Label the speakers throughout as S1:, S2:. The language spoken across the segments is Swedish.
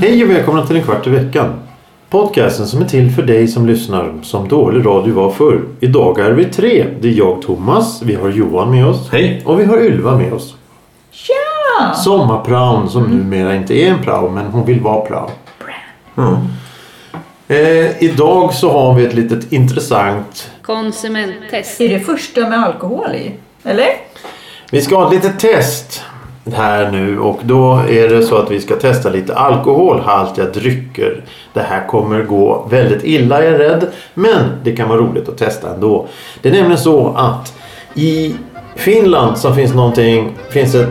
S1: Hej och välkomna till en kvart i veckan. Podcasten som är till för dig som lyssnar som dålig radio var förr. Idag är vi tre. Det är jag Thomas, vi har Johan med oss.
S2: Hej.
S1: Och vi har Ylva med oss.
S3: Tja!
S1: Sommarpraon som numera inte är en prao men hon vill vara prao. Eh, idag så har vi ett litet intressant...
S4: Konsumenttest.
S3: Är det första med alkohol i? Eller?
S1: Vi ska ha ett litet test här nu och då är det så att vi ska testa lite alkoholhaltiga drycker. Det här kommer gå väldigt illa jag är rädd men det kan vara roligt att testa ändå. Det är nämligen så att i Finland så finns någonting, finns ett...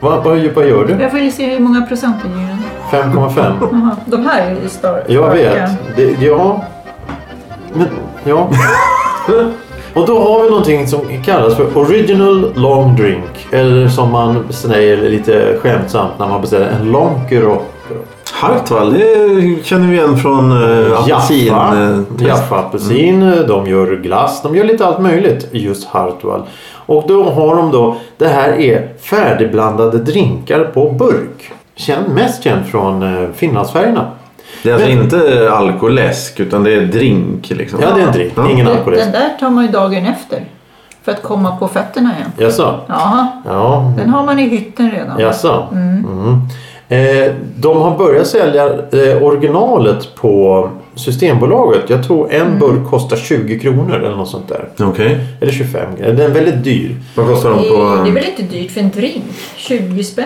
S1: Vad, vad, vad gör du?
S3: Jag får ju se hur många procent det är.
S1: 5,5?
S3: Jaha, De här är ju star-
S1: Jag vet.
S3: starka.
S1: Det, ja. Men, ja. Och då har vi någonting som kallas för Original Long Drink. Eller som man säger lite skämtsamt när man beställer en Lonkero.
S2: Hartwall, det känner vi igen från äh, apelsin.
S1: Jaffa.
S2: eh, mm. test.
S1: Jaffa apelsin. De gör glass. De gör lite allt möjligt. Just Hartwall. Och då har de då. Det här är färdigblandade drinkar på burk. Känd, mest känd från eh, Finlandsfärgerna.
S2: Det är alltså
S1: Men-
S2: inte alkoläsk utan det är drink. Liksom.
S1: Ja, det är en drink.
S2: Ja.
S1: Ingen
S3: Den,
S1: alkohol.
S3: den där tar man ju dagen efter. För att komma på fötterna igen.
S1: Jaså?
S3: Jaha,
S1: Ja,
S3: den har man i hytten redan.
S1: Jaså? Mm. Eh, de har börjat sälja eh, originalet på Systembolaget. Jag tror en
S3: Mm.
S1: burk kostar 20 kronor eller något sånt där.
S2: Okej.
S1: Eller 25. Den är väldigt dyr.
S2: Vad kostar
S3: Det
S2: de
S3: är, det är
S2: på...
S3: väl inte dyrt för en drink? 20 spänn?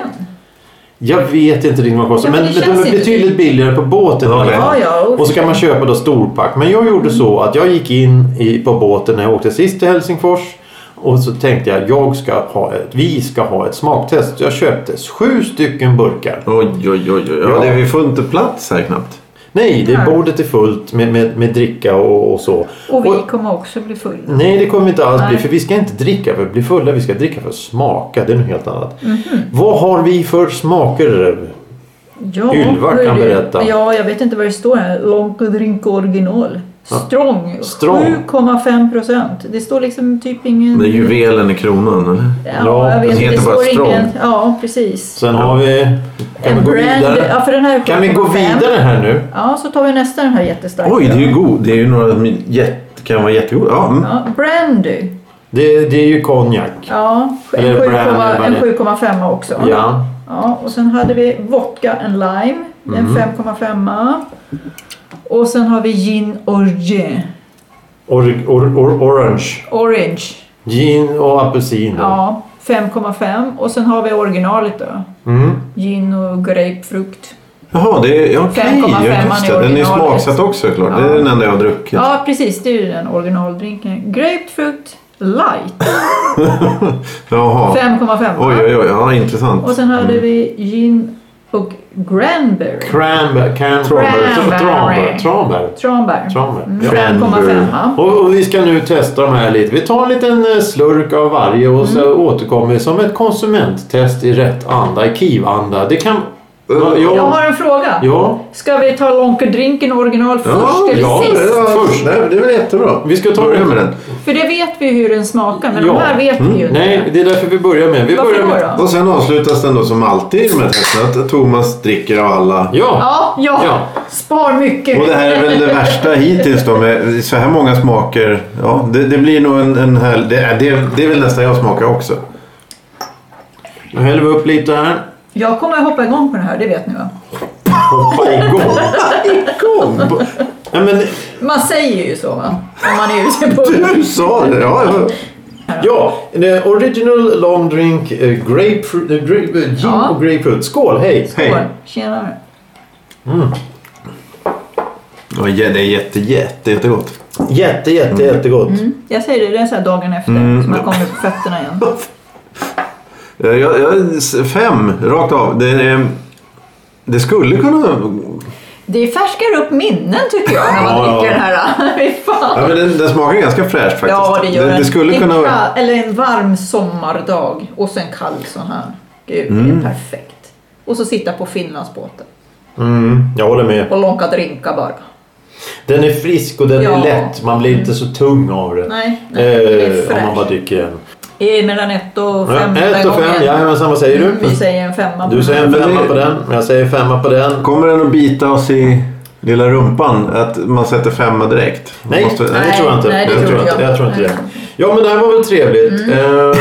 S1: Jag vet inte riktigt vad de kostar.
S3: Ja,
S1: men
S3: men det känns
S1: de är
S3: inte
S1: betydligt
S3: dyrt.
S1: billigare på båten.
S2: Ja, okej.
S3: Ja, ja. Mm.
S1: Och så kan man köpa då storpack. Men jag gjorde så att jag gick in i, på båten när jag åkte sist till Helsingfors. Och så tänkte jag, jag ska ha ett, vi ska ha ett smaktest. Så jag köpte sju stycken burkar.
S2: eh, Oj, oj, oj. oj. Ja,
S1: Ja.
S2: Det, vi får inte plats här knappt.
S1: Nej, det
S3: Nej.
S1: bordet är fullt med, med, med dricka och, och så.
S3: Och vi
S1: Och- Mm.
S3: kommer också bli fulla.
S1: Nej, det kommer vi inte alls bli.
S3: Nej.
S1: För vi ska inte dricka för att bli fulla. Vi ska dricka för att smaka. Det är något helt annat. Vad har vi för smaker?
S3: Ja,
S1: Ylva kan
S3: hörru.
S1: berätta.
S3: Ja, jag vet inte vad det står här. Long drink original. Strong.
S1: Strong.
S3: 7,5 procent. Det står liksom typ ingen...
S2: Det är juvelen i kronan. Eller?
S1: Ja,
S3: Ja, jag
S2: den
S3: vet.
S2: heter
S3: Det
S2: bara
S3: står
S2: Strong.
S3: ingen... Ja, precis.
S1: Sen har vi... Kan vi gå vidare?
S3: Ja, för den här är
S1: Kan vi gå
S3: 7,5.
S1: vidare här nu?
S3: Ja, så tar vi nästa den här jättestarka.
S2: Oj, det är ju god. Det är ju några... mi- Jätte, kan vara jättegoda. Ja. Mm.
S3: Ja, brandy.
S1: Det, det är ju konjak.
S3: Ja, en
S1: Eller brandy,
S3: 7,5
S1: vad
S3: en
S1: det-
S3: 7,5 också.
S1: Ja.
S3: Ja, och sen hade vi vodka and lime.
S1: Mm.
S3: En 5,5. Och sen har vi gin orange.
S1: Or, or, or, orange.
S3: Orange.
S1: Gin och apelsin.
S3: Ja, 5,5. Och sen har vi originalet då.
S1: Mm.
S3: Gin och grapefrukt.
S2: Jaha, det är... ja, Okej,
S3: 5,5
S2: ja, just det.
S3: är
S2: Den är ju
S3: originalet.
S2: smaksatt också klart.
S3: Ja.
S2: Det är den enda jag har druckit.
S3: Ja, precis. Det är ju den originaldrinken. Grapefrukt light.
S2: Jaha.
S3: 5,5.
S2: Oj, oj, oj. Ja, intressant.
S3: Och sen
S1: Mm.
S3: hade vi gin och granberry.
S1: Cranberry. Cranberry.
S3: Cranberry.
S1: Tranbär. Tranbär.
S3: Tranbär.
S1: Tranbär.
S3: Mm,
S1: Ja.
S3: 5,5. va?
S1: Och, och vi ska nu testa de här lite. Vi tar en liten eh, slurk av varje och så
S3: Mm.
S1: återkommer vi som ett konsumenttest i rätt anda, i KIV-anda. Det kan... Ja,
S3: Uh. Jag
S1: ja,
S3: har en fråga.
S1: ja.
S3: Ska vi ta Lonkerdrinken original först eller
S1: ja,
S3: sist?
S1: ja.
S2: Först. Nej, det är väl jättebra.
S1: Vi ska ta
S2: Börja med den.
S3: För det vet vi ju hur den smakar men
S1: Ja. Mm.
S3: de här vet vi ju inte.
S1: Nej, det är därför vi börjar med. Vi
S3: Varför
S1: börjar med...
S3: då då?
S2: Och sen avslutas den då som alltid med testen att Thomas dricker av alla.
S1: Ja.
S3: Ja, ja.
S1: Ja.
S3: Spar mycket.
S2: Och det här är väl det värsta hittills då med så här många smaker. Ja, det, det blir nog en, en här, det, är- det, är- det är väl nästan jag smakar också.
S1: Nu häller vi upp lite här.
S3: Jag kommer att hoppa igång på den här, det vet ni va?
S1: Hoppa igång.
S2: Kom!
S1: Ja, men,
S3: Man säger ju så va? Om man är ute på...
S2: Du sa det! Ja, ja.
S1: ja, eh, original long drink, eh, grapefruit, eh, grape, eh, gin
S3: Ja.
S1: och grapefruit. Skål, hej!
S3: Skål.
S2: Hej.
S3: Tjenare.
S2: Ja, jä- det är jätte, jätte, jättegott.
S1: Jätte, jätte, jättegott.
S3: Mm. Jag säger det, det är så här dagen efter
S2: Mm.
S3: så man kommer på fötterna igen.
S2: Eh, Jag, jag, s- fem, rakt av. Det, är- det skulle kunna...
S3: Det färskar upp minnen tycker jag när man
S2: Ja, ja.
S3: dricker den här. Fy fan.
S2: Ja, men den, den smakar ganska fräsch faktiskt.
S3: Ja, det gör
S2: det,
S3: en,
S2: det skulle
S3: en
S2: kunna vara...
S3: kall, Eller en varm sommardag och så en kall sån här. Gud, det är perfekt. Och så sitta på Finlandsbåten
S1: Mm, jag håller med.
S3: och långa drinkar bara.
S1: Den är frisk och den
S3: Ja.
S1: är lätt. Man blir inte så tung av det.
S3: Nej, nej det är
S1: Eh, om man bara
S3: fräscht.
S1: dyker igen.
S3: Eh, Mellan ett och fem.
S1: Ja, ett
S3: den
S1: och fem,
S3: gången. Mm,
S1: jajamensan. Vad säger du?
S3: Vi säger en femma. på
S1: Du säger en
S2: Men det-
S1: femma på den. Jag säger femma på den.
S2: Kommer den att bita oss i lilla rumpan? Att man sätter femma direkt? Man
S1: Nej,
S2: måste-
S1: nej, det tror jag inte.
S3: Nej, det
S1: jag
S3: tror
S1: tror
S3: jag. Mm.
S1: inte. Jag tror inte det.
S3: Nej.
S1: Ja, men det här var väl trevligt. Eh,
S3: den.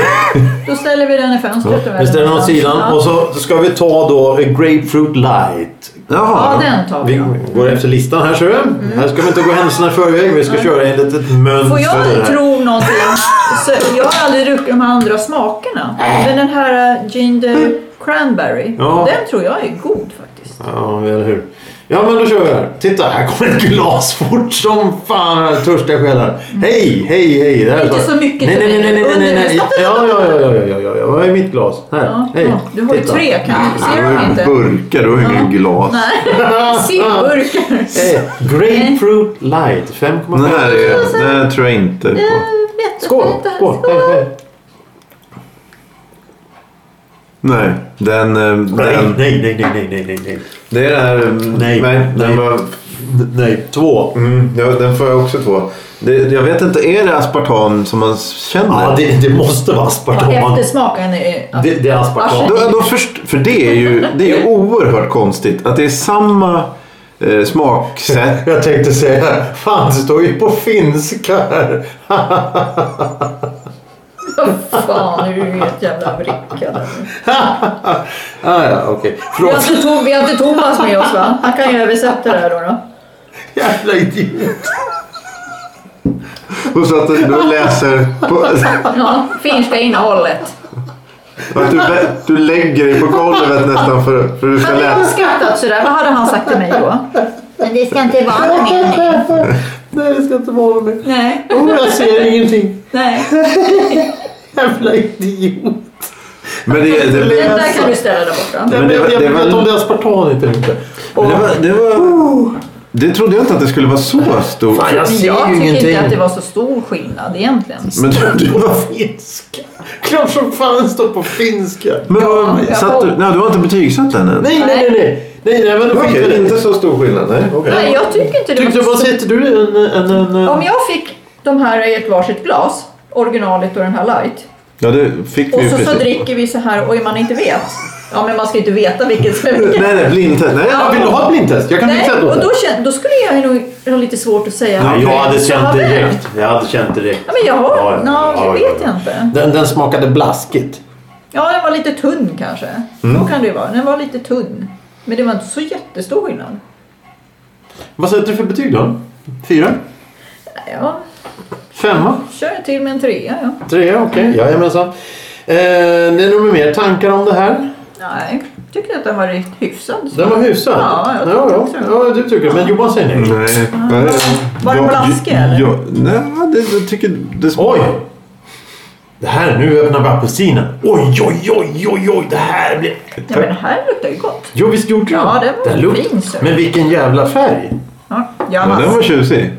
S3: Då ställer vi den i fönstret. eller
S1: vi ställer den åt
S3: någonstans.
S1: sidan
S3: Ja.
S1: och så ska vi ta då eh, Grapefruit Light.
S2: Jaha.
S3: Ja, den tar vi.
S1: Vi går efter listan här ser du. Här ska vi inte gå händelserna i förväg. Vi ska köra ett litet mönster.
S3: Får
S1: här.
S3: jag tro någonting? Så jag har aldrig druckit de här andra smakerna. Men den här eh, ginger cranberry,
S1: Äh. Ja.
S3: den tror jag är god faktiskt.
S1: Ja, eller hur. Ja, men då kör vi här. Titta, här kommer ett glas fort som fan. här, Törstiga själar. Hej, hej, hej. Det här är
S3: Mm. Inte
S1: så-
S3: så mycket
S1: Nej,
S3: till
S1: nej, nej,
S3: mig.
S1: nej, nej, nej, nej.
S3: Stopp, stopp,
S1: Ja,
S3: stopp,
S1: ja,
S3: stopp.
S1: ja, ja, ja, ja, ja. Vad är mitt glas? Här.
S3: Ja,
S1: hej.
S3: ja. Du har ju
S1: Titta.
S3: tre kan
S2: Det
S3: Ser
S2: var
S3: du
S2: ju
S3: inte?
S2: burkar, det var ju inga glas.
S3: Nej, sillburkar.
S1: Hej. Eh, Grapefruit light. 5,5.
S2: Den här är, den här tror jag inte på.
S1: Skål, skål. Hej, hej.
S2: Nej, den... eh,
S1: Nej,
S2: den
S1: nej, nej, nej, nej, nej, nej, nej.
S2: det är det här... eh,
S1: Nej, nej.
S2: Den, var,
S1: Nej, två.
S2: mm, ja, den får jag också två. Det, jag vet inte, är det aspartam som man känner?
S1: Ja, det, det måste vara
S3: Och
S1: aspartam.
S3: eftersmaken är...
S1: Det, det är aspartam.
S2: Då, då först, för det är, ju, det är ju oerhört konstigt att det är samma eh, smaksätt.
S1: Jag tänkte säga, fan det står ju på finska här.
S3: Fan, nu är du ju ett jävla vricka.
S1: Ah, ja, okej.
S3: Vi har,
S1: Förlåt.
S3: inte Tom, vi har inte Thomas med oss va? Han kan ju översätta det här då. då.
S1: Jävla idiot.
S2: Och så att du då läser... På,
S3: Ja, finska innehållet.
S2: att du, lä- du lägger dig på golvet nästan för, för du ska
S3: Hade jag
S2: läsa.
S3: skrattat sådär, vad hade han sagt till mig då?
S4: Men det ska inte vara någon mening.
S1: Nej, det ska inte vara med.
S3: Nej,
S1: Oh, jag ser ingenting.
S3: nej.
S1: Jävla idiot.
S2: Men det, det,
S3: Den
S2: det,
S3: där kan du ställa där borta.
S1: Men
S2: Men det
S1: jag
S2: var-
S1: vet
S2: det var-
S1: inte om det är aspartam eller inte. Och,
S2: var, det var... Det trodde jag inte att det skulle vara så stort.
S1: Oh. fan, jag
S3: Men
S1: ser
S3: jag
S1: ju
S3: tycker
S1: ingenting. Mm.
S3: inte att det var så stor skillnad egentligen.
S2: Men, du,
S1: Det var finska. Klart som fan det står på finska.
S2: men
S3: jag
S2: vad, satt du,
S3: får-
S2: nej, du har inte betygsatt den än?
S1: Nej, nej, nej. Nej, nej, nej men då skiter vi i det.
S2: så stor skillnad. Nej,
S3: Nej, jag tycker inte det var
S1: Tyckte
S3: så
S1: vad
S3: stor.
S1: sätter du? En, en, en, en...
S3: Om jag fick de här i ett varsitt glas, originalet och den här light.
S2: Ja, det fick
S3: Och
S2: vi ju
S3: så, så
S2: precis.
S3: dricker vi så här och man inte vet. Ja, men man ska ju inte veta vilket som är vilket.
S2: Nej, nej, blindtest. Nej,
S1: Ja,
S2: jag
S1: vill du
S2: vill...
S1: ha ett blindtest? Jag kan
S3: Nej,
S1: fixa det åt
S3: och
S1: dig.
S3: då, kän- då skulle jag nog ha lite svårt att säga.
S1: Ja, jag hade
S3: Så
S1: känt
S3: vad väl?
S1: direkt. Jag hade känt direkt.
S3: Ja, men jag har...
S1: Ja, ja,
S3: nå,
S1: ja,
S3: det
S1: ja,
S3: vet
S1: ja.
S3: jag inte.
S1: Den, den smakade blaskigt.
S3: Ja, den var lite tunn kanske.
S1: Mm.
S3: Så kan det ju vara. Den var lite tunn. Men det var inte så jättestor skillnad.
S1: Vad sätter du för betyg då? Fyra?
S3: Ja,
S1: Femma?
S3: kör jag till med en trea. Ja.
S1: Trea, okej. Jajamensan. Eh, det är nog mer tankar om det här.
S3: Nej, tycker att den var riktigt hyfsad.
S1: Den var hyfsad.
S3: Ja, jag
S1: ja,
S3: tycker
S1: ja.
S3: också det.
S1: ja, du tycker det. Men Johan säger nej.
S2: Nej.
S3: Var det
S2: Jag-
S3: blaskig, eller?
S2: jag- Nej, det, jag tycker... Det
S1: Oj! Det här, nu öppnar vi apelsinen. Oj, oj, oj, oj, oj, det här blir...
S3: Ja, men den här luktar ju gott.
S1: Jo, visst gjorde
S3: Ja, den var
S1: luktar-
S3: fin, så.
S1: Men vilken jävla färg!
S3: Ja,
S2: Ja, den
S3: Jamas.
S2: var tjusig.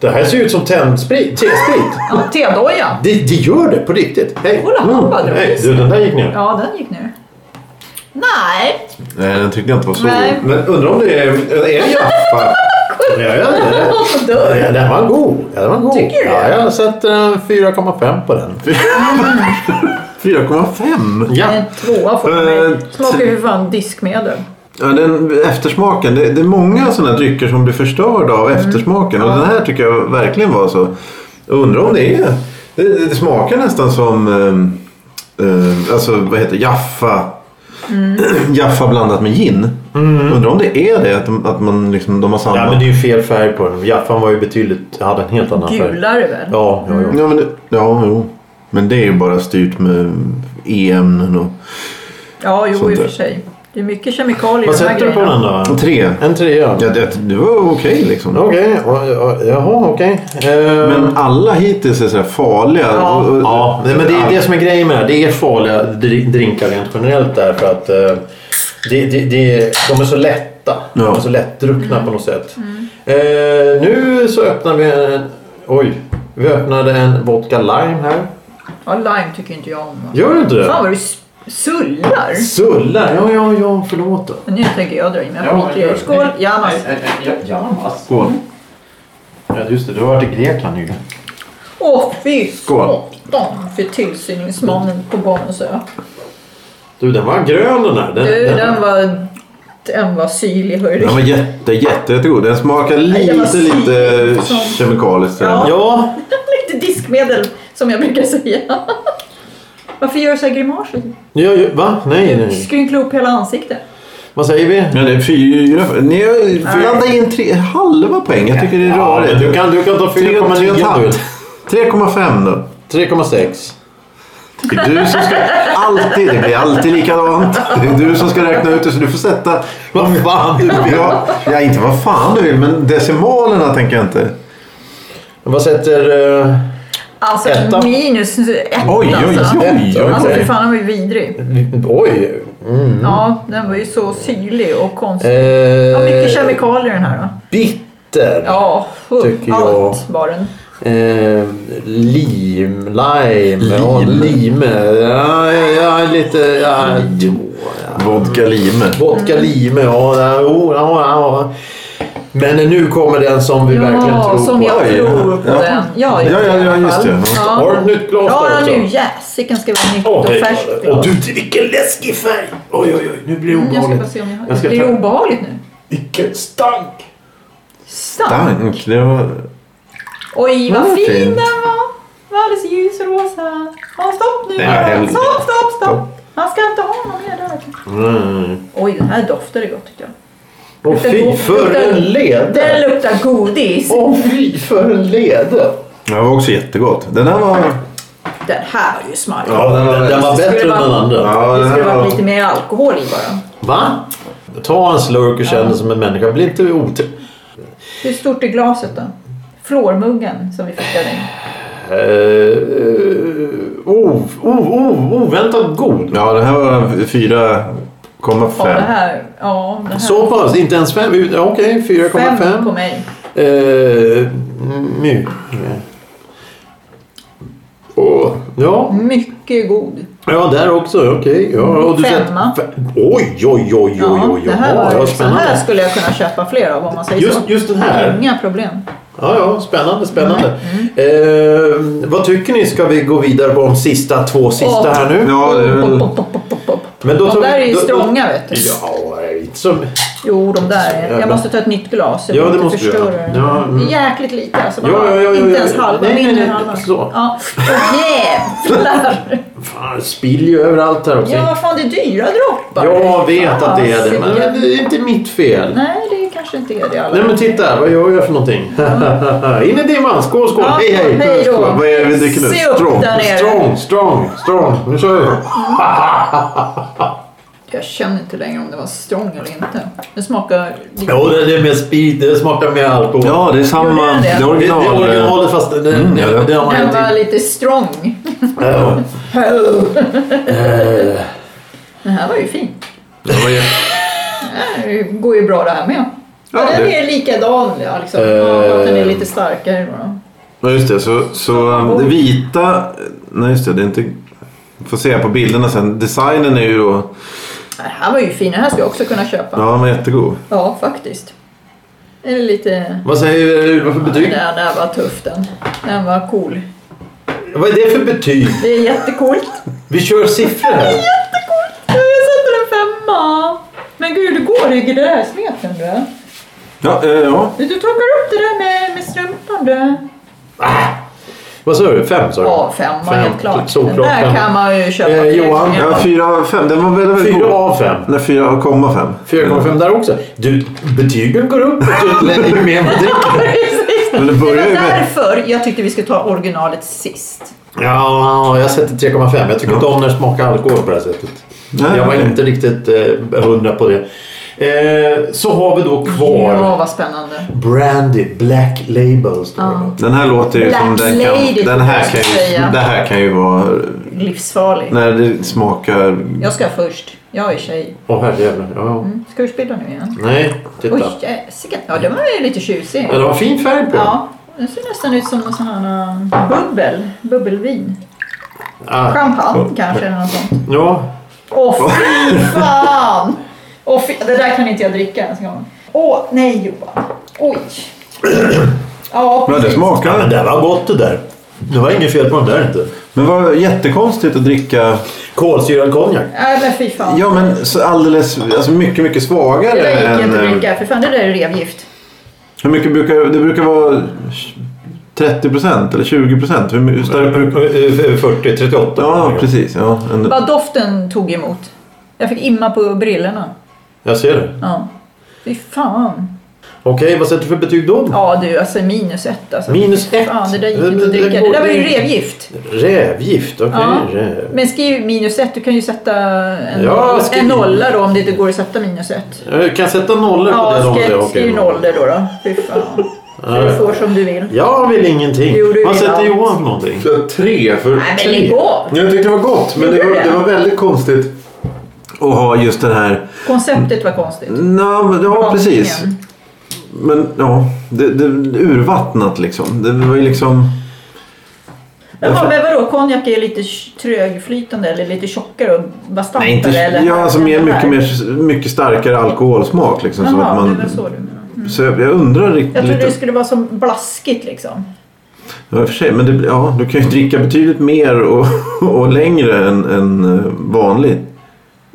S1: Det här ser ju ut som tändsprit, tesprit.
S3: Ja, Tedoja.
S1: Det, det gör det på riktigt. Hej! Mm.
S3: Kolla, han bara drog
S1: Hej,
S3: i sig.
S1: du, den där gick ner.
S3: Ja, den gick ner. Nej,
S2: Nej, den tyckte jag inte var så
S3: Nej.
S2: god. Men undrar om det är... Är det Jaffa?
S1: Ja, ja, ja.
S3: hon dör.
S1: Ja, den var god. Ja, den var god.
S3: Tycker du?
S1: Ja, jag eh, sätter en 4,5 på den.
S2: 4,5?
S1: Ja.
S3: En tvåa får mig.
S2: Eh,
S3: Smakar ju för fan diskmedel.
S2: Ja, den eftersmaken. Det, det är många sådana drycker som blir förstörda av
S1: Mm.
S2: eftersmaken. Och den här tycker jag verkligen var så. Jag undrar om det är... Det, det, det smakar nästan som... ehm, eh, alltså, vad heter det? Jaffa.
S1: Mm.
S2: Jaffa blandat med gin. Undrar om det är det? Att, de, att man liksom, de har samma...
S1: ja, men det är ju fel färg på den. Jaffan var ju betydligt... Hade en helt annan färg.
S3: Gulare väl?
S1: Ja, ja, ja.
S2: Ja, men det, ja, jo. Men det är ju bara styrt med e-ämnen och...
S3: Ja, jo
S2: Sånt
S3: i och
S2: där.
S3: för sig. Det är mycket kemikalier
S1: Vad
S3: i de här
S1: sätter du på
S3: grejerna.
S1: den då?
S2: och tre.
S1: En trea?
S2: Ja, det, det var okej liksom.
S1: Okej, ja, ja, jaha okej. Ehm,
S2: Men alla hittills är så här farliga.
S3: Ja.
S2: Och- och-
S1: ja, nej, men det är det som är grejen med det här. Det är farliga dri- drinkar rent generellt därför att eh, det, det, det, de är så lätta. De är
S2: Ja.
S1: så lättdruckna på något sätt.
S3: Mm.
S1: Eh, nu så öppnar vi en... Oj. Vi öppnade en vodka lime här.
S3: Ja, lime tycker inte jag om.
S1: Gör du inte det?
S3: Fan vad du s- Sullar?
S1: Sullar? Ja, ja, ja, förlåt då.
S3: Men nu tänker jag dra i mig. Jag skiter i det. Skål! Jamas!
S1: Jamas. Skål.
S3: Mm.
S1: Ja, just det. Du har varit i Grekland nyligen.
S3: Åh fy
S2: Skål.
S3: sjutton för tillsyningsmannen på Bonusö.
S1: Du, den var grön den här. Den,
S3: Du, den var, den var syrlig hörru.
S2: Den var jätte, jätte, jättegod. Den smakar
S3: den var
S2: lite,
S3: syrlig
S2: lite
S3: som-
S2: kemikaliskt.
S3: Ja.
S1: Ja,
S3: Lite diskmedel som jag brukar säga. Varför gör du så här grimaser?
S1: ja, ja, va? Nej,
S3: Du
S1: nej.
S3: skrynklar upp hela ansiktet.
S1: Vad säger vi?
S2: Men det är fyra. Ni har blandat in tre, halva poäng. Jag tycker det är
S1: Ja,
S2: rörigt.
S1: du, kan, du kan ta 4,9 nu.
S2: 3,5 då.
S1: 3,6.
S2: Det är du som ska... Alltid, det blir alltid likadant. Det är du som ska räkna ut det så du får sätta...
S1: Vad fan du vill.
S2: Ja, ja, inte vad fan du vill men decimalerna tänker jag inte.
S1: Vad sätter... eh,
S3: Alltså
S1: Etta.
S3: minus ett
S2: Oj, oj,
S3: alltså.
S2: oj, oj, oj.
S3: Alltså fy fan den var ju
S1: Mm.
S3: vidrig.
S1: oj! Mm.
S3: Ja, den var ju så syrlig och konstig. Ja, mycket
S1: Eh,
S3: kemikalier den här då.
S1: bitter.
S3: Ja,
S1: Tycker jag.
S3: allt var den.
S1: Eh, lim, lime, ja,
S2: Lim.
S1: lime. Ja, ja, ja, lite... Ja, jo, ja.
S2: Vodka lime.
S1: Vodka,
S3: Mm.
S1: lime, ja, ja, jo, ja, ja. Men nu kommer den som vi verkligen tror
S3: Ja, som
S1: på.
S3: jag
S2: Oj.
S3: tror på
S2: Ja.
S3: den.
S2: Ja,
S3: Ja,
S2: ja, ja, just det.
S1: Har du ett nytt glas
S3: Ja,
S1: där
S3: den
S1: också?
S3: nu jäsiken ska vara nytt
S1: Åh,
S3: och
S1: hej.
S3: färskt.
S1: Och du, till vilken läskig färg! Oj, oj, oj, nu blir det
S3: Mm, Jag ska bara
S1: obehagligt.
S3: se om jag har...
S1: Jag ska
S3: det är
S1: ta-
S3: obehagligt nu.
S1: Vilken stank!
S3: Stank.
S2: Dank. Det var...
S3: Oj, vad
S2: Mm,
S3: fin
S2: fint.
S3: den var. Var alldeles ljusrosa. Ja, stopp nu.
S2: Nej, helvete.
S3: stopp, stopp, stopp. Han ska inte ha någon mer där.
S1: Mm.
S3: Oj, den här doftade gott tyckte jag.
S1: Och
S3: Luktar
S1: fy
S3: god-
S1: för
S3: luktar-
S1: en
S3: Den
S1: lede!
S3: luktar godis.
S1: Åh, fy för en lede!
S2: Det var också jättegott. Den här var...
S3: Den här är ju smarrig.
S1: Ja, den, den, var
S3: Det skulle
S1: bättre än den
S3: vara-
S1: andra.
S2: Ja,
S3: Det
S2: den här
S3: skulle vara
S2: var...
S3: lite mer alkohol i bara.
S1: Va? Ta en slurk och känn dig som en människa. Bli inte otrevlig.
S3: Hur stort är glaset då? Flormuggen som vi fick av dig.
S1: Eh, oh, oh, oh, oväntat god.
S2: Ja, den här var 4,5.
S3: Ja, det här. Ja, det här.
S1: Så pass, inte ens fem. ut- ja, Okej,
S3: Fem på
S1: 4,5.
S3: mig.
S1: Eh, my. Åh, ja.
S3: Mycket god.
S1: ja, där också. Okej. Ja, och du sätter-
S3: Femma.
S1: fe- Oj, oj, oj, oj,
S3: Ja,
S1: oj. oj.
S3: det här,
S1: Ja,
S3: var,
S1: vad
S3: så här
S1: spännande.
S3: skulle jag kunna köpa fler av om man säger så.
S1: Just, just den här.
S3: Inga problem.
S1: Ja, ja, spännande, spännande.
S3: Mm.
S1: Eh, vad tycker ni? Ska vi gå vidare på de sista två sista
S3: Åh.
S1: här nu?
S2: Ja, det är väl...
S3: Pop, pop, pop, pop, pop.
S1: Men då tar
S3: de
S1: vi-
S3: där är ju
S1: då- då-
S3: strånga vet du.
S1: Ja, inte som...
S3: Jo, de där är. Jag
S1: Jävlar.
S3: måste ta ett nytt glas. Jag
S1: Ja,
S3: vill
S1: det
S3: inte
S1: måste du
S3: förstöra
S1: göra.
S3: den.
S1: Ja, mm.
S3: Det är Jäkligt lite alltså.
S1: Ja, ja, ja, ja,
S3: inte
S1: ja.
S3: ens halva.
S1: Nej, nej,
S3: mindre än
S1: nej.
S3: halva.
S1: Så.
S3: Ja. Åh, jävlar!
S1: Fan, det spiller ju överallt här också.
S3: Ja, vad fan det är dyra droppar.
S1: jag vet att det är det,
S3: Fasiken.
S1: men det är inte mitt fel.
S3: Nej, det kanske inte är det alla.
S1: Nej men titta, vad gör jag för någonting? In i dimman, skål skål!
S3: Mm. Ja,
S1: hej hej!
S3: hej då.
S2: Vad är det vi dricker nu?
S3: Se upp
S2: Strong.
S3: där nere.
S1: Strong, strong, strong. Nu kör vi!
S3: Jag känner inte längre om det var strong eller inte. Det smakar... lite-
S1: Jo, det är mer speed, det smakar mer alkohol. Mm,
S2: Ja, det är samma.
S3: Jo, det
S1: Det det
S2: Det är
S3: är det.
S1: är
S2: original.
S1: originalet fast det, det,
S2: ja,
S1: det,
S2: det-
S1: det har man
S3: Den var
S1: inte...
S3: lite strong.
S1: Ja. Eh.
S3: Den här var ju fin.
S2: Det var ju-
S3: Det Eh, går ju bra det här med.
S2: Ja,
S3: den
S2: det-
S3: är likadan ja, liksom.
S1: Eh.
S3: Ja, att den är lite starkare. Då.
S2: Ja just det, så, så um, det vita... Nej just det, det är inte... Får se på bilderna sen. Designen är ju då...
S3: Den här var ju fin. Den här skulle jag också kunna köpa. Ja,
S2: Ja, den var jättegod.
S3: faktiskt. Eller lite...
S1: Vad säger du? Vad för betyg?
S3: Den här var tuff den. Den var cool.
S1: Vad är det för betyg?
S3: Det är jättecoolt.
S1: Vi kör siffror här.
S3: Jag sätter en femma. Men gud, hur går det i det här smeten du?
S2: Ja, eh, ja.
S3: Du torkar upp det där med, med strumpan du.
S1: Vad sa du? Fem sa du?
S3: Ja, femma helt klart.
S1: Solklart
S3: Den där
S1: femma.
S3: kan man ju köpa.
S1: Eh,
S3: fler
S1: Johan,
S3: gånger.
S2: ja fyra av fem. Den var väldigt, väldigt
S1: Fyra
S2: god.
S1: av fem.
S2: Nej, 4,5.
S1: 4,5 där också. Du, betygen går upp ju ju mer man dricker.
S3: Precis.
S2: Men det
S3: Det var
S2: börjar ju med...
S3: därför jag tyckte vi skulle ta originalet sist.
S1: Ja, jag sätter 3,5. Jag tycker inte om när det smakar alkohol på det här sättet.
S2: Nej,
S1: jag var
S2: okej.
S1: inte riktigt eh, hundra på det. Eh, så har vi då kvar
S3: Ja, vad spännande.
S1: Brandy Black Label. Står det.
S3: Ja.
S2: Den här låter ju som
S3: Black
S2: den
S3: Lady,
S2: kan... Den här
S3: skulle
S2: kan,
S3: jag
S2: ju,
S3: säga.
S2: det här kan ju vara...
S3: Livsfarlig.
S2: När det smakar...
S3: Jag ska först. Jag är tjej.
S1: Åh herrejävlar. Ja, ja.
S3: Mm. Ska vi spilla nu igen?
S1: Nej, titta.
S3: Oj, jäsiken. Ja, den var ju lite tjusig.
S1: Ja, det var fin färg på den.
S3: Ja, den ser nästan ut som en sån här uh, bubbel. Bubbelvin.
S1: Ah,
S3: Champagne kanske eller något sånt.
S1: ja.
S3: Åh fy fan! Åh, fy, det där kan inte jag dricka ens en gång. Åh nej Johan. Oj. Ja,
S2: Men det
S3: precis.
S1: Ja, men
S2: smakar.
S1: det var gott det där. Det var inget fel på den där inte.
S2: Men vad jättekonstigt att dricka.
S1: Kolsyrad konjak.
S3: Nej men fy fan.
S2: Ja men så alldeles, alltså mycket, mycket
S3: det
S2: svagare
S3: där gick ju
S2: än...
S3: inte att
S2: eh,
S3: dricka. För fan det där är revgift.
S2: Hur mycket brukar, det brukar vara 30 procent eller 20 procent? Hur mycket
S1: Där
S2: stark brukar...
S1: är 40, 38.
S2: Ja, precis. Ja, en,
S3: Bara doften tog emot. Jag fick imma på brillorna.
S1: Jag ser det.
S3: Ja. Fy fan.
S1: Okej, vad sätter du för betyg då?
S3: Ja du alltså minus ett alltså.
S1: Minus ett?
S3: Fan det där gick
S1: Men-
S3: inte att
S1: men-
S3: dricka. Det där var ju revgift.
S1: Rävgift, okej.
S3: Ja.
S1: Räv.
S3: Men skriv minus ett. Du kan ju sätta en,
S1: Ja,
S3: noll,
S1: skriv.
S3: en nolla då om det inte går att sätta minus ett.
S1: Jag Kan jag sätta nollor på den
S3: Ja,
S1: om det är
S3: skriv,
S1: okej?
S3: skriv noll där då. då. Fy fan. Så du får som du vill.
S1: Jag vill ingenting.
S3: Jo, du
S1: vad
S3: vill
S1: sätter
S3: allt.
S1: Johan för någonting?
S2: Tre för
S3: Nej, men lägg av.
S2: Jag tyckte det var gott, men det var, det var väldigt konstigt att ha just den här...
S3: Konceptet var konstigt.
S2: Nå, men- ja, precis.
S3: Bakningen.
S2: Men ja, det, det det är urvattnat liksom. Det var ju liksom...
S3: Jaha, men vadå? Konjak är lite trögflytande eller lite tjockare och bastantare?
S2: Nej, inte,
S3: eller
S2: ja, alltså mer,
S3: eller
S2: mycket,
S3: här?
S2: mer, mycket starkare alkoholsmak liksom. så
S3: Jaha,
S2: att
S3: det är
S2: man,
S3: väl så du menar. Mm.
S2: så jag, jag undrar
S3: Jag
S2: riktigt
S3: trodde det
S2: lite.
S3: skulle vara som blaskigt liksom.
S2: Ja, i och för sig, men det, ja, du kan ju dricka betydligt mer och, och längre än, än eh, vanligt.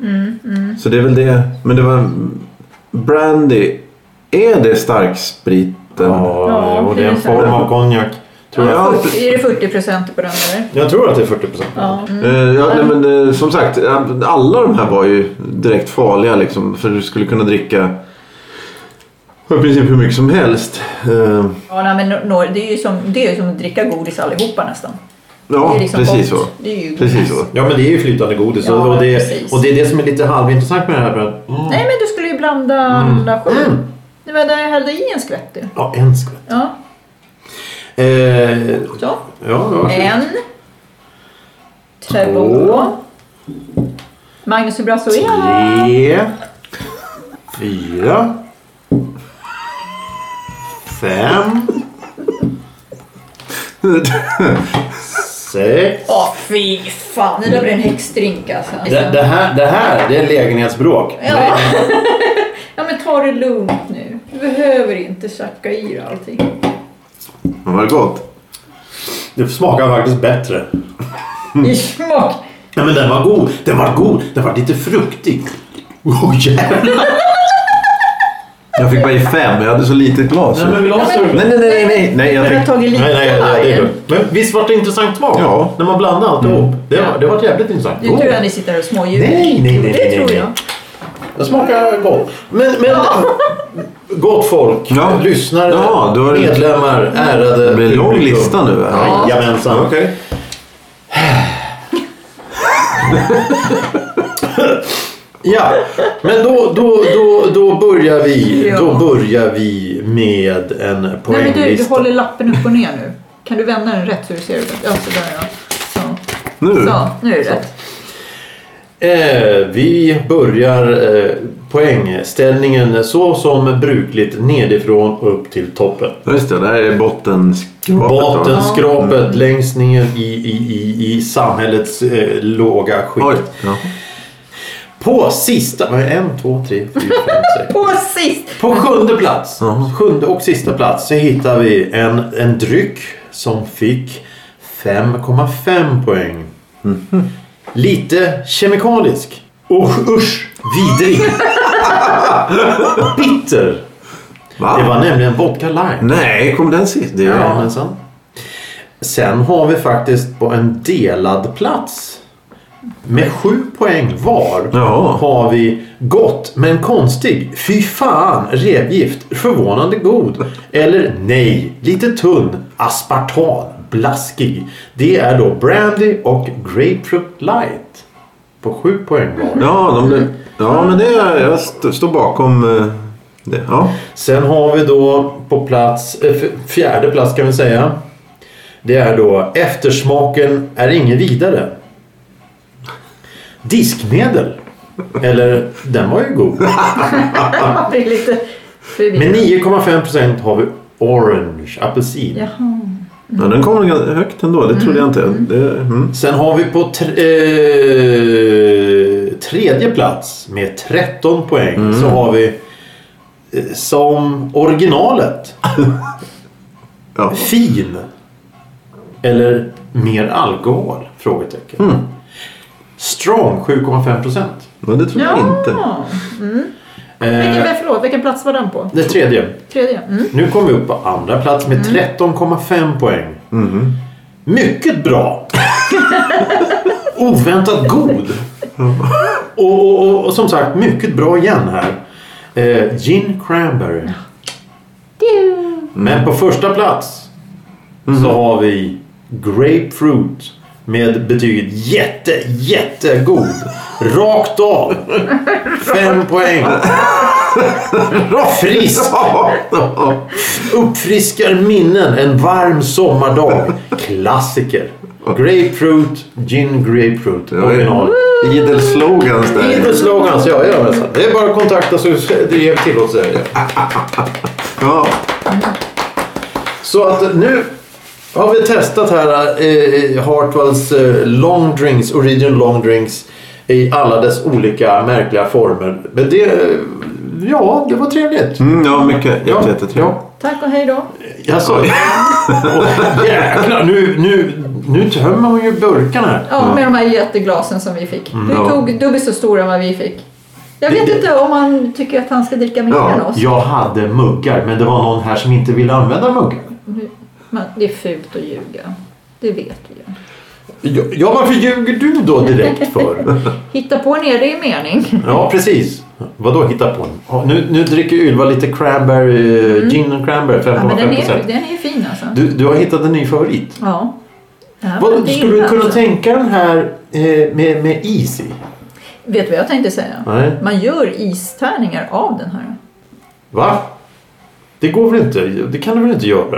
S3: Mm,
S2: Så det är väl det. Men det var... Brandy, är det starkspriten?
S1: Ja,
S3: Ja,
S1: och det är en
S3: precis.
S1: form av konjak. Tror jag.
S2: Ja,
S3: Fyrtio- är det 40 procent på den eller?
S1: jag tror att det är 40 procent.
S3: Ja. Mm.
S2: Eh, Ja, nej, men eh, som sagt, eh, alla de här var ju direkt farliga liksom. För du skulle kunna dricka i princip hur mycket som helst. Eh,
S3: Ja, nej, men no- no- det är ju som, det är ju som att dricka godis allihopa nästan. det är
S2: Ja,
S3: ju liksom
S2: precis
S3: gott.
S2: så.
S3: Det är ju
S2: Precis
S3: godis.
S2: så.
S1: Ja, men det är ju flytande godis.
S3: Ja,
S1: och, och, det,
S3: precis.
S1: och det är det som är lite halvintressant med det här. för att- Mm.
S3: Nej, men du skulle ju blanda alla sju.
S1: Mm.
S3: Det var där jag hällde i en skvätt du.
S1: Ja, en skvätt.
S3: Ja,
S1: Eh,
S3: så.
S1: ja, ja.
S3: En. Två.
S1: Två.
S3: Magnus hur bra så är han?
S1: Tre. Fyra. Fem. Sex.
S3: Åh fy fan, det där blir en häxdrink alltså.
S1: Det, det, här, det här, det är lägenhetsbråk.
S3: Ja. ja men ta det lugnt nu. Du behöver inte tjacka i dig allting.
S2: Men var det gott?
S1: Det smakar faktiskt bättre.
S3: I smak.
S1: Nej, men den var god. Den var god. Den var lite fruktig. Åh jävlar.
S2: Jag fick bara i fem, jag hade så litet glas.
S1: Nej, men
S2: Nej,
S1: vill du ha större?
S2: nej, nej, nej, nej, nej, jag
S3: Jag har
S2: fick...
S3: tagit lite
S1: Nej, nej, nej, det är
S3: varje.
S1: lugnt. Men visst var det intressant smak?
S2: Ja.
S1: När man blandade alltihop. Det, var, det var jävligt intressant.
S3: Nu tror jag ni sitter här och småljuger.
S1: Nej, nej, nej,
S3: Det
S1: nej,
S3: tror
S1: nej.
S3: jag.
S1: Det smakar gott. Men, men gott folk,
S2: Ja.
S1: lyssnare,
S2: Ja, då är det-
S1: medlemmar, ärade.
S2: Det blir en lång
S1: publikum.
S2: lista nu. här.
S3: Ja.
S1: Jajamensan.
S2: Okej.
S1: Ja, men då, då, då, då, börjar vi,
S3: Ja.
S1: då börjar vi med en
S3: Nej men du, du
S1: poänglista.
S3: håller lappen upp och ner nu. Kan du vända den rätt så du ser det? Ja, så där ja. Så.
S2: Nu?
S3: så, nu är det rätt.
S1: Eh, vi börjar eh, poängställningen så som brukligt nedifrån upp till toppen.
S2: Ja, Just det, det här är bottenskrapet. då.
S1: Bottenskrapet längst ner i, i, i, i samhällets eh, låga skikt.
S2: Oj. Ja.
S1: På sista... Vad är det? en, två, tre, fyra, fem, sex.
S3: På sist!
S1: På sjunde plats,
S2: Ja.
S1: sjunde och sista plats, så hittar vi en, en dryck som fick 5,5 poäng. Lite kemikalisk. Usch, usch, vidrig. Bitter.
S2: Va?
S1: Det var nämligen vodka lime.
S2: Nej, kom den sist? Det är...
S1: Jajamensan. Sen har vi faktiskt på en delad plats med sju poäng var
S2: Ja.
S1: har vi gott men konstig, fy fan, revgift, förvånande god eller nej, lite tunn, aspartan, blaskig. Det är då brandy och grapefruit light på sju poäng var.
S2: Ja, de, ja men det är, jag st- står bakom eh, det. Ja.
S1: Sen har vi då på plats, eh, f- fjärde plats kan vi säga. Det är då eftersmaken är ingen vidare. Diskmedel. Eller, den var ju god. Ah.
S3: Jag blir lite
S1: Med
S3: förvirrad.
S1: 9,5% har vi orange, apelsin.
S3: Jaha.
S2: ja, den kom ganska högt ändå. Det trodde jag inte. Det, mm.
S1: Sen har vi på tr- eh, tredje plats med 13 poäng så har vi eh, som originalet
S2: Ja.
S1: fin eller mer alkohol? Frågetecken. Strong 7,5 procent.
S2: Men det tror jag inte.
S1: Eh,
S3: Vilken, förlåt, vilken plats var den på?
S1: det tredje.
S3: Tredje? Mm.
S1: Nu kommer vi upp på andra plats med 13,5 poäng. Mycket bra! Oväntat god! Och, och, och, och som sagt, mycket bra igen här. Eh, gin Cranberry. Men på första plats
S2: Mhm.
S1: så har vi Grapefruit med betyget jätte, jättegod. Rakt av. Fem poäng. Frisk.
S2: Ja, ja.
S1: Uppfriskar minnen en varm sommardag. Klassiker. Grapefruit, gin grapefruit.
S2: Ja, ja.
S1: Original.
S2: Idel slogans
S1: Det
S2: där.
S1: är slogans, ja, ja, men så. Det är bara att kontakta så ger vi tillåtelse.
S2: Ja.
S1: Så att nu har vi testat här eh, Hartwells eh, long drinks, origin long drinks i alla dess olika märkliga former. Men det, eh, ja, det var trevligt.
S2: Mm, ja, mycket. Jätte, jättetrevligt.
S1: ja.
S3: Tack och hej då.
S1: Jaså? Åh, jäklar, nu, nu, nu tömmer hon ju burkarna här.
S3: Ja, med de här jätteglasen som vi fick. Du
S2: ja.
S3: tog dubbelt så stora än vad vi fick. Jag
S1: Mm. Det-
S3: vet
S1: det-
S3: inte om han tycker att han ska dricka mer
S2: Ja,
S3: än oss.
S1: Jag hade muggar, men det var någon här som inte ville använda muggar.
S3: Nu- Men det är fult att ljuga. Det vet vi ju.
S1: Ja, varför ljuger du då direkt för?
S3: Hitta på en egen mening.
S1: Ja, precis. Vadå hitta på? Ja, Nu, nu dricker Ylva lite cranberry, eh, gin and cranberry,
S3: Mm. Ja, men den är,
S1: 5,5%.
S3: den är ju fin alltså.
S1: Du, du har hittat en ny favorit.
S3: Ja. Det här var
S1: Vad,
S3: inte
S1: skulle du
S3: illa,
S1: kunna
S3: alltså.
S1: tänka den här eh, med, med is i?
S3: Vet du vad jag tänkte säga?
S1: Nej.
S3: Man gör istärningar av den här.
S1: Va? Det går väl inte? Det kan du väl inte göra?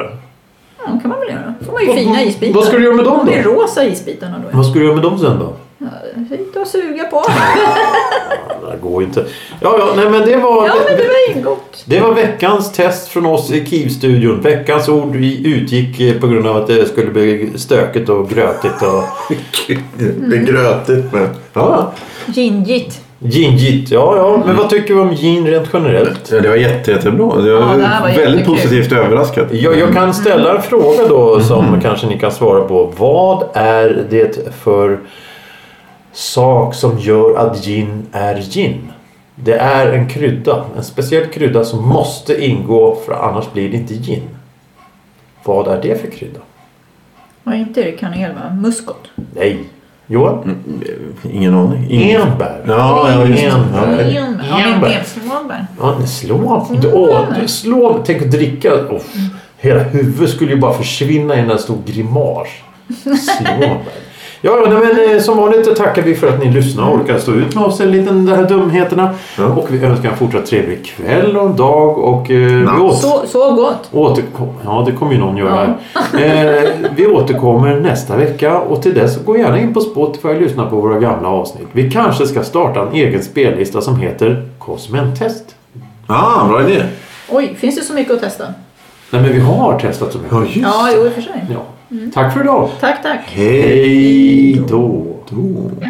S3: Ja, det kan man väl göra. Då får man ju
S1: Vad-
S3: fina
S1: vad-
S3: isbitar.
S1: vad ska du göra med dem då?
S3: De är rosa isbitarna då.
S1: Vad ska du göra med dem sen då?
S3: Ja, sitta och suga på.
S1: Det där går ju inte. Ja, ja, nej men det var...
S3: Ja, men det var ju gott.
S1: Det var veckans test från oss i Kivstudion. Veckans ord vi utgick eh, på grund av att det skulle bli stökigt och grötigt och
S2: Det är grötigt men... Ja.
S3: Gingigt.
S1: gingigt. Ja, ja, men vad tycker vi om gin rent generellt?
S2: Ja, det var jätte, jättebra. Jag var
S3: Ja, det här var
S2: väldigt
S3: jättekul.
S2: positivt överraskad.
S1: Jag, jag kan ställa en fråga då som kanske ni kan svara på. Vad är det för sak som gör att gin är gin? Det är en krydda, en speciell krydda som måste ingå för annars blir det inte gin. Vad är det för krydda?
S3: Var inte det kanel va? Muskot.
S1: Nej. Johan?
S2: Ingen aning. Ingen...
S1: Enbär.
S2: Ja, ja, just det. Ja.
S1: Enbär. Enbär.
S3: Enbär.
S1: Ja, men slå av.
S2: Mm.
S1: Åh, du slå av. Tänk att dricka. Oh, hela huvudet skulle ju bara försvinna i en där stor grimas. Slå av. där. Ja, ja, nej, men eh, som vanligt tackar vi för att ni lyssnar och orkar stå ut med oss en liten de här dumheterna.
S2: Mm. Ja.
S1: Och vi önskar en fortsatt trevlig kväll och dag och eh, vi
S2: Natt.
S1: åter,
S3: Så, så gott.
S1: återkom, Ja, det kommer ju någon göra. Eh, vi återkommer nästa vecka och till dess gå gärna in på Spotify och lyssna på våra gamla avsnitt. Vi kanske ska starta en egen spellista som heter Konsumenttest.
S2: Ah, bra idé.
S3: Oj, finns det så mycket att testa?
S1: Nej men vi har testat så mycket.
S2: Ja, just
S3: Ja, jo i och för sig.
S1: Ja. Tack för idag.
S3: Tack, tack.
S2: Hej
S1: Hej då.
S2: då.